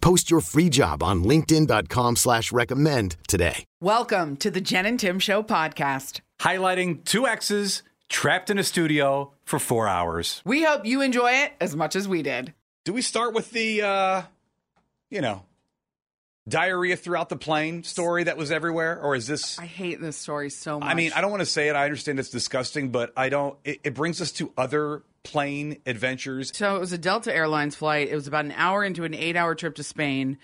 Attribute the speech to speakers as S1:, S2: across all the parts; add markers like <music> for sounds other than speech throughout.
S1: Post your free job on linkedin.com/recommend slash recommend today.
S2: Welcome to the Jen and Tim Show podcast.
S3: highlighting two exes trapped in a studio for four hours.
S2: We hope you enjoy it as much as we did.
S3: Do we start with the, uh, you know, diarrhea throughout the plane story that was everywhere, or is this?
S2: I hate this story so much.
S3: I mean, I don't want to say it. I understand it's disgusting, but I don't. It, it brings us to other plane adventures.
S2: So it was a Delta Airlines flight. It was about an hour into an eight hour trip to Spain.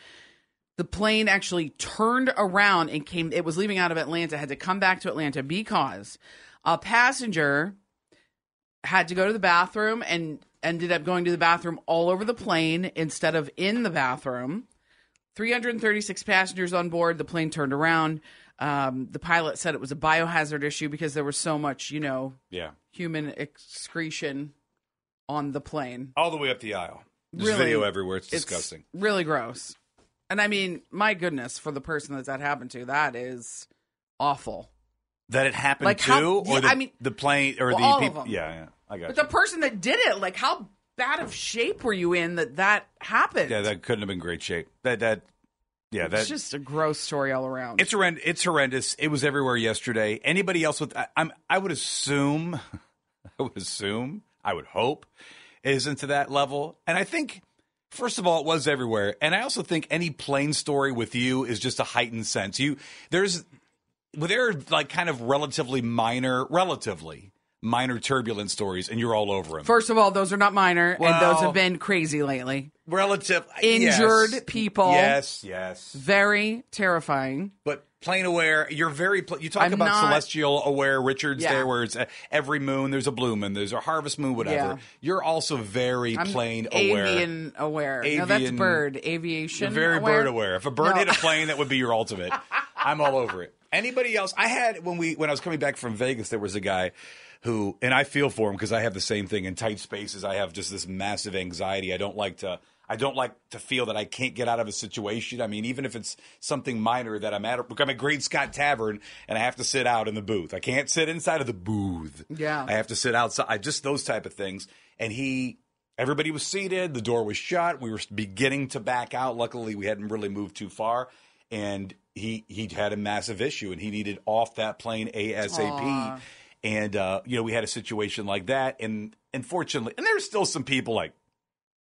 S2: The plane actually turned around and came, it was leaving out of Atlanta, had to come back to Atlanta because a passenger had to go to the bathroom and ended up going to the bathroom all over the plane instead of in the bathroom. 336 passengers on board. The plane turned around. Um, the pilot said it was a biohazard issue because there was so much, you know,
S3: Yeah,
S2: human excretion on the plane.
S3: all the way up the aisle. There's
S2: Really,
S3: video everywhere. It's disgusting.
S2: really gross. And I mean, my goodness, for the person that that happened to, that is awful.
S3: that it happened
S2: Like
S3: to,
S2: how- yeah,
S3: or the,
S2: I mean-
S3: the plane, or
S2: Well,
S3: the
S2: all of
S3: people.
S2: them.
S3: Yeah, yeah, I got
S2: But
S3: you.
S2: the person that did it, like, how bad of shape were you in that that happened?
S3: yeah, that couldn't have been great shape. That that yeah,
S2: it's
S3: that
S2: just a gross story all around.
S3: It's horrendous. It's horrendous. It was everywhere yesterday. Anybody else with I, I'm I would assume <laughs> I would assume I would hope it isn't to that level. And I think first of all it was everywhere. And I also think any plain story with you is just a heightened sense. You there's well, there are like kind of relatively minor relatively minor turbulent stories and you're all over them.
S2: First of all, those are not minor, and those
S3: Well-
S2: have been crazy lately.
S3: Relative
S2: Injured
S3: yes.
S2: people.
S3: Yes, yes.
S2: Very terrifying.
S3: But plane aware, you're very. Pl- you talk
S2: I'm
S3: about
S2: not-
S3: celestial aware. Richard's
S2: Yeah.
S3: there, where it's uh, every moon there's a blue moon, there's a harvest moon, whatever.
S2: Yeah.
S3: You're also very
S2: I'm
S3: plane aware.
S2: avian aware. No, that's
S3: Avian-
S2: bird. Aviation.
S3: You're very
S2: aware.
S3: bird aware. If a bird
S2: No.
S3: hit a plane, that would be your ultimate.
S2: <laughs>
S3: I'm all over it. Anybody else? I had when we when I was coming back from Vegas, there was a guy who, and I feel for him because I have the same thing in tight spaces. I have just this massive anxiety. I don't like to. I don't like to feel that I can't get out of a situation. I mean, even if it's something minor that I'm at, I'm at Great Scott Tavern and I have to sit out in the booth. I can't sit inside of the booth.
S2: Yeah.
S3: I have to sit outside. Just those type of things. And he Everybody was seated. The door was shut. We were beginning to back out. Luckily, we hadn't really moved too far, and he he had a massive issue, and he needed off that plane asap. And uh, you know, we had a situation like that, and unfortunately, and there's still some people like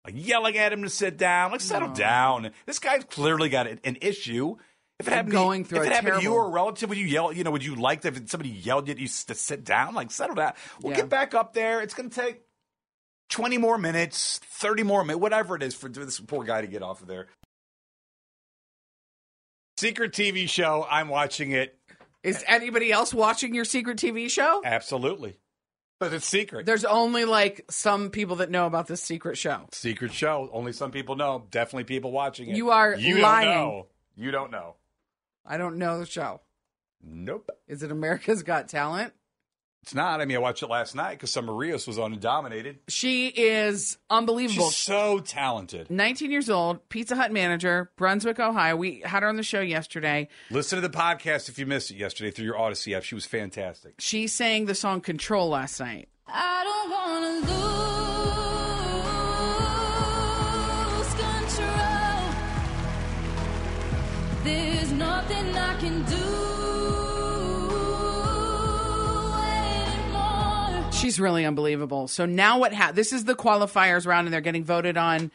S3: like yelling at him to sit down, like settle down. This guy's clearly got an, an issue. If it
S2: I'm
S3: happened,
S2: going
S3: to,
S2: through
S3: if
S2: a
S3: it happened to you
S2: terrible-
S3: or a relative, would you yell? You know, would you like to, if somebody yelled at you s- to sit down? Like settle down. We'll
S2: Yeah.
S3: get back up there. It's going to take 20 more minutes, 30 more minutes, whatever it is for this poor guy to get off of there. Secret TV show. I'm watching it.
S2: Is anybody else watching your secret TV show?
S3: Absolutely. But it's secret.
S2: There's only like some people that know about this secret show.
S3: secret show. Only some people know. Definitely people watching it.
S2: You are
S3: you
S2: lying.
S3: Don't know. You don't know.
S2: I don't know the show.
S3: Nope.
S2: Is it America's Got Talent?
S3: It's not. I mean, I watched it last night because Summer Rios was on and dominated.
S2: She is unbelievable.
S3: She's so talented.
S2: 19 years old, Pizza Hut manager, Brunswick, Ohio. We had her on the show yesterday.
S3: Listen to the podcast if you missed it yesterday through your Odyssey app. She was fantastic.
S2: She sang the song Control last night.
S4: I don't wanna lose control. There's nothing I can do anymore.
S2: She's really unbelievable. So now what happened? This is the qualifiers round, and they're getting voted on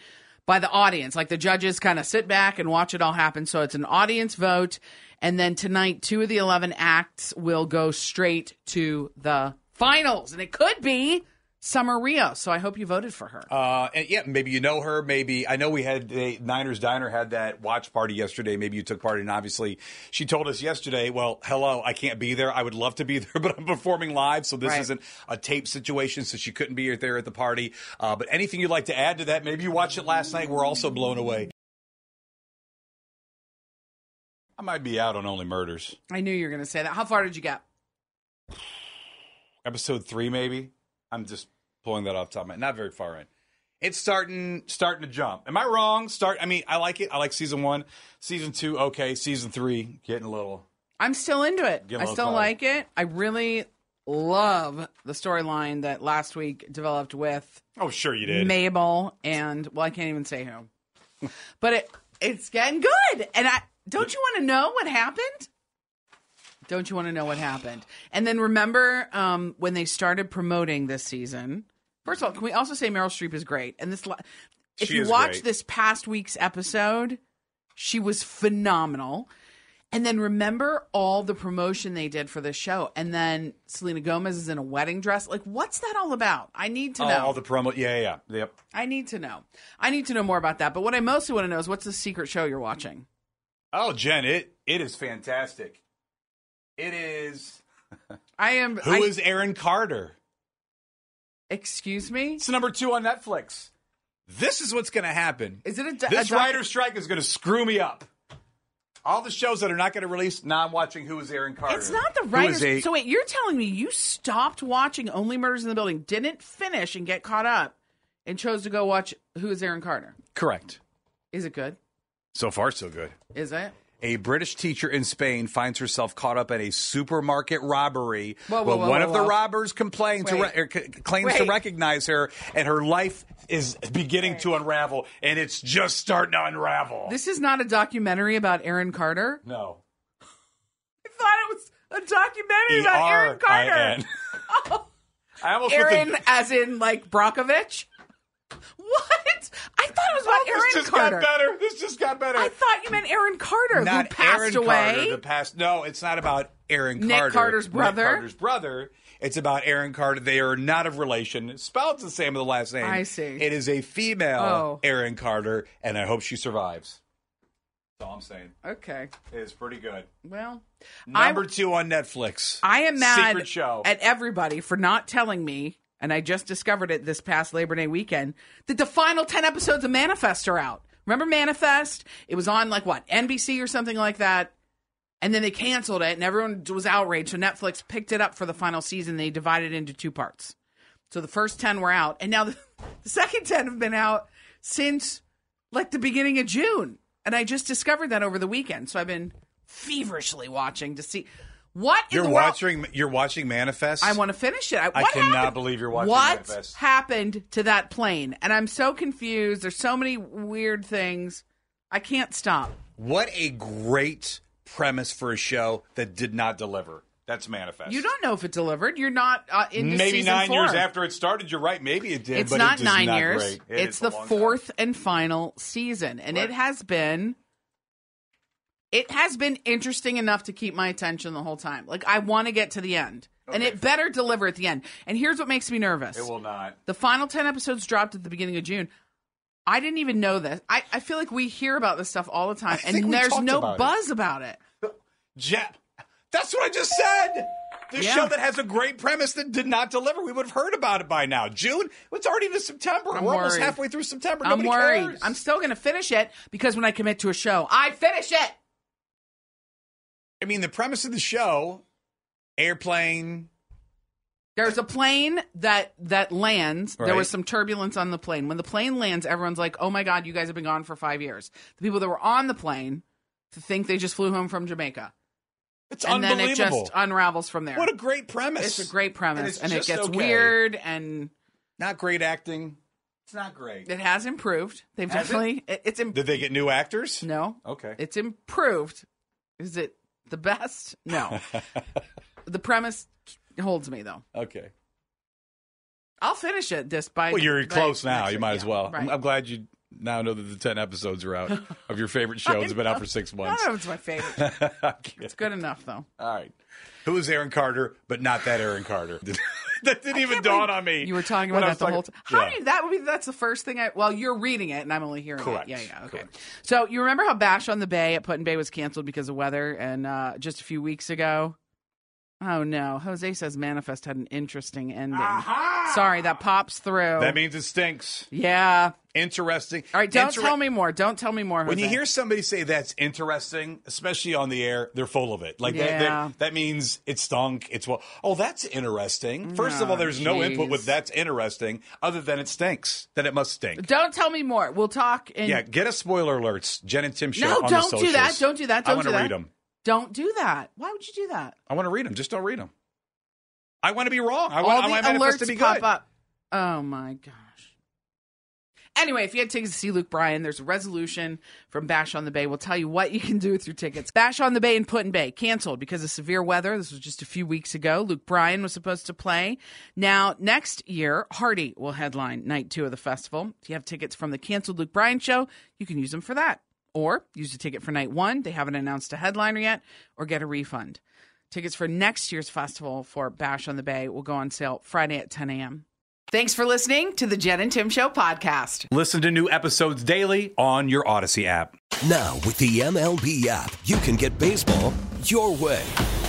S2: by the audience. Like the judges kind of sit back and watch it all happen. So it's an audience vote. And then tonight, two of the 11 acts will go straight to the finals. And it could be Summer Rio. So I hope you voted for her.
S3: Uh, and yeah, maybe you know her. Maybe I know we had a Niners Diner had that watch party yesterday. Maybe you took part in. Obviously, she told us yesterday. Well, hello, I can't be there. I would love to be <laughs> there, but I'm performing live, so this
S2: Right.
S3: isn't a tape situation. So she couldn't be there at the party. Uh, but anything you'd like to add to that? Maybe you watched it last night. We're also blown away. I might be out on Only Murders,
S2: I knew you were going to say that. How far did you get?
S3: episode three, maybe. I'm just pulling that off the top of my not very far in. It's starting starting to jump. Am I wrong? Start I mean, I like it. I like season one. Season two, okay. Season three, getting a little
S2: I'm still into it.
S3: Give
S2: I
S3: it a
S2: still
S3: try.
S2: like it. I really love the storyline that last week developed with
S3: Oh sure you did.
S2: Mabel and well, I can't even say who. but it it's getting good. And I don't you want to know what happened? Don't you want to know what happened? And then remember um, when they started promoting this season. First of all, can we also say Meryl Streep is great? And this, la- if
S3: She
S2: you
S3: is
S2: watch
S3: great.
S2: this past week's episode, she was phenomenal. And then remember all the promotion they did for this show. And then Selena Gomez is in a wedding dress. Like, what's that all about? I need to
S3: Oh,
S2: know.
S3: all the promo yeah, yeah, yeah. Yep.
S2: I need to know. I need to know more about that. But what I mostly want to know is what's the secret show you're watching?
S3: Oh Jen, it it is fantastic. It is
S2: I am.
S3: Who
S2: I-
S3: is Aaron Carter?
S2: Excuse me.
S3: It's number two on Netflix. This is what's gonna happen.
S2: Is it a do-
S3: this
S2: a docu-
S3: writer's strike is going to screw me up. All the shows that are not going to release, now I'm watching Who is Aaron Carter.
S2: It's not the
S3: Who is
S2: writers.
S3: a-
S2: So wait, you're telling me you stopped watching Only Murders in the Building, didn't finish, and get caught up, and chose to go watch Who Is Aaron Carter?
S3: Correct.
S2: Is it good?
S3: So far, so good.
S2: Is it?
S3: A British teacher in Spain finds herself caught up in a supermarket robbery.
S2: Whoa, whoa,
S3: when
S2: whoa,
S3: one
S2: whoa,
S3: of the
S2: whoa.
S3: robbers complained to
S2: Wait.
S3: re- er, c- claims to
S2: Wait.
S3: recognize her, and her life is beginning to unravel, and it's just starting to unravel.
S2: This is not a documentary about Aaron Carter.
S3: no.
S2: I thought it was a documentary about Aaron
S3: <laughs>
S2: Carter. Oh.
S3: E-R-I-N. I almost put the-
S2: Aaron, as in like Brockovich. What? I thought it was about
S3: Oh,
S2: Aaron
S3: this just
S2: Carter.
S3: got better. This just got better.
S2: I thought you meant Aaron Carter, who
S3: not
S2: passed
S3: Aaron
S2: away.
S3: Carter, the past. No, it's not about Aaron
S2: Nick
S3: Carter.
S2: Carter's brother?
S3: Nick Carter's brother. It's about Aaron Carter. They are not of relation. Spelled the same with the last name.
S2: I see.
S3: It is a female
S2: Oh.
S3: Aaron Carter, and I hope she survives. That's all I'm saying.
S2: okay,
S3: It's pretty good.
S2: well,
S3: Number two on Netflix.
S2: I am mad
S3: Secret Show.
S2: at everybody for not telling me, and I just discovered it this past Labor Day weekend, that the final 10 episodes of Manifest are out. Remember Manifest? It was on like what, NBC or something like that. And then they canceled it, and everyone was outraged. So Netflix picked it up for the final season. They divided it into two parts. So the first 10 were out, and now the, <laughs> the second 10 have been out since like the beginning of June. And I just discovered that over the weekend. So I've been feverishly watching to see what in
S3: you're
S2: the world.
S3: watching. You're watching Manifest.
S2: I want to finish it. I,
S3: I
S2: what
S3: cannot
S2: happened-
S3: believe you're watching
S2: What
S3: Manifest.
S2: happened to that plane? And I'm so confused. There's so many weird things. I can't stop.
S3: What a great premise for a show that did not deliver. That's Manifest.
S2: You don't know if it delivered. You're not uh, into
S3: maybe
S2: season
S3: nine
S2: four.
S3: years after it started. You're right. Maybe it did.
S2: It's
S3: but
S2: not
S3: it is
S2: nine
S3: not
S2: years.
S3: Great. It
S2: it's
S3: is
S2: the
S3: a long time.
S2: fourth and final season, and
S3: Right.
S2: it has been. It has been interesting enough to keep my attention the whole time. Like I want to get to the end, and
S3: Okay.
S2: it better deliver at the end. And here's what makes me nervous.
S3: It will not.
S2: The final 10 episodes dropped at the beginning of June. I didn't even know this. I, I feel like we hear about this stuff all the time,
S3: I think
S2: and
S3: we
S2: there's
S3: talked
S2: no
S3: about it.
S2: buzz about it.
S3: Jeff, that's what I just said. The
S2: Yeah.
S3: show that has a great premise that did not deliver. We would have heard about it by now. June, it's already into September.
S2: I'm
S3: We're almost
S2: worried.
S3: halfway through September.
S2: I'm
S3: Nobody
S2: worried.
S3: cares.
S2: I'm still going to finish it because when I commit to a show, I finish it.
S3: I mean, the premise of the show, airplane.
S2: There's a plane that that lands. There
S3: Right.
S2: was some turbulence on the plane. When the plane lands, everyone's like, "Oh my god, you guys have been gone for 5 years." The people that were on the plane think they just flew home from Jamaica.
S3: It's
S2: and then it
S3: unbelievable.
S2: just unravels from there.
S3: what a great premise.
S2: it's a great premise
S3: it's
S2: and, it
S3: just
S2: gets
S3: okay.
S2: weird and
S3: Not great acting. It's not great.
S2: It has improved. They've
S3: Has it?
S2: definitely it? it's im-
S3: Did they get new actors?
S2: no.
S3: Okay.
S2: It's improved. Is it the best?
S3: <laughs>
S2: No. the premise holds me though.
S3: Okay.
S2: I'll finish it this by
S3: Well, you're
S2: by
S3: close now.
S2: next
S3: You
S2: week.
S3: might as
S2: Yeah,
S3: well.
S2: right.
S3: I'm, I'm glad you now know that the 10 episodes are
S2: <laughs>
S3: out of your favorite show. It's been out for six
S2: I
S3: months.
S2: don't know if it's my
S3: <laughs>
S2: favorite.
S3: I'm kidding.
S2: It's good enough
S3: <laughs>
S2: though.
S3: All right. Who is Aaron Carter, but not that Aaron Carter? <laughs> that didn't even
S2: can't
S3: dawn
S2: believe
S3: on me.
S2: You were talking
S3: when
S2: about
S3: I
S2: that
S3: was
S2: the whole time.
S3: talking-
S2: How
S3: Yeah.
S2: do you, that would be that's the first thing I well, you're reading it and I'm only hearing
S3: Correct.
S2: it. Yeah, yeah, okay.
S3: Correct.
S2: So you remember how Bash on the Bay at Put in Bay was canceled because of weather and uh, just a few weeks ago? Oh no. Jose says Manifest had an interesting ending. Sorry, that pops through.
S3: That means it stinks.
S2: yeah.
S3: Interesting.
S2: All right, don't
S3: Inter-
S2: tell me more. Don't tell me more.
S3: When you
S2: Jose.
S3: hear somebody say that's interesting, especially on the air, they're full of it. Like that,
S2: Yeah.
S3: that, that means it stunk. It's well, oh, that's interesting. First of
S2: No,
S3: all, there's no input
S2: jeez.
S3: with that's interesting other than it stinks. That it must stink.
S2: Don't tell me more. We'll talk in
S3: yeah, get us spoiler alerts. Jen and Tim show.
S2: No,
S3: on the
S2: don't do that.
S3: socials.
S2: Don't do that.
S3: I
S2: Don't
S3: want
S2: do
S3: to
S2: that.
S3: read them.
S2: Don't do that. Why would you do that?
S3: I want to read them. Just don't read them. I want to be wrong. I
S2: All
S3: want, I want
S2: the
S3: my manifest
S2: alerts
S3: to be
S2: pop
S3: good.
S2: up. Oh my gosh. Anyway, if you had tickets to see Luke Bryan, there's a resolution from Bash on the Bay. We'll tell you what you can do with your tickets. Bash on the Bay and Put in Bay canceled because of severe weather. This was just a few weeks ago. Luke Bryan was supposed to play. Now, next year, Hardy will headline night two of the festival. If you have tickets from the canceled Luke Bryan show, you can use them for that. Or use a ticket for night one. They haven't announced a headliner yet, or get a refund. Tickets for next year's festival for Bash on the Bay will go on sale Friday at 10 a.m. Thanks for listening to the Jen and Tim Show podcast.
S3: Listen to new episodes daily on your Odyssey app.
S5: Now, with the MLB app, you can get baseball your way.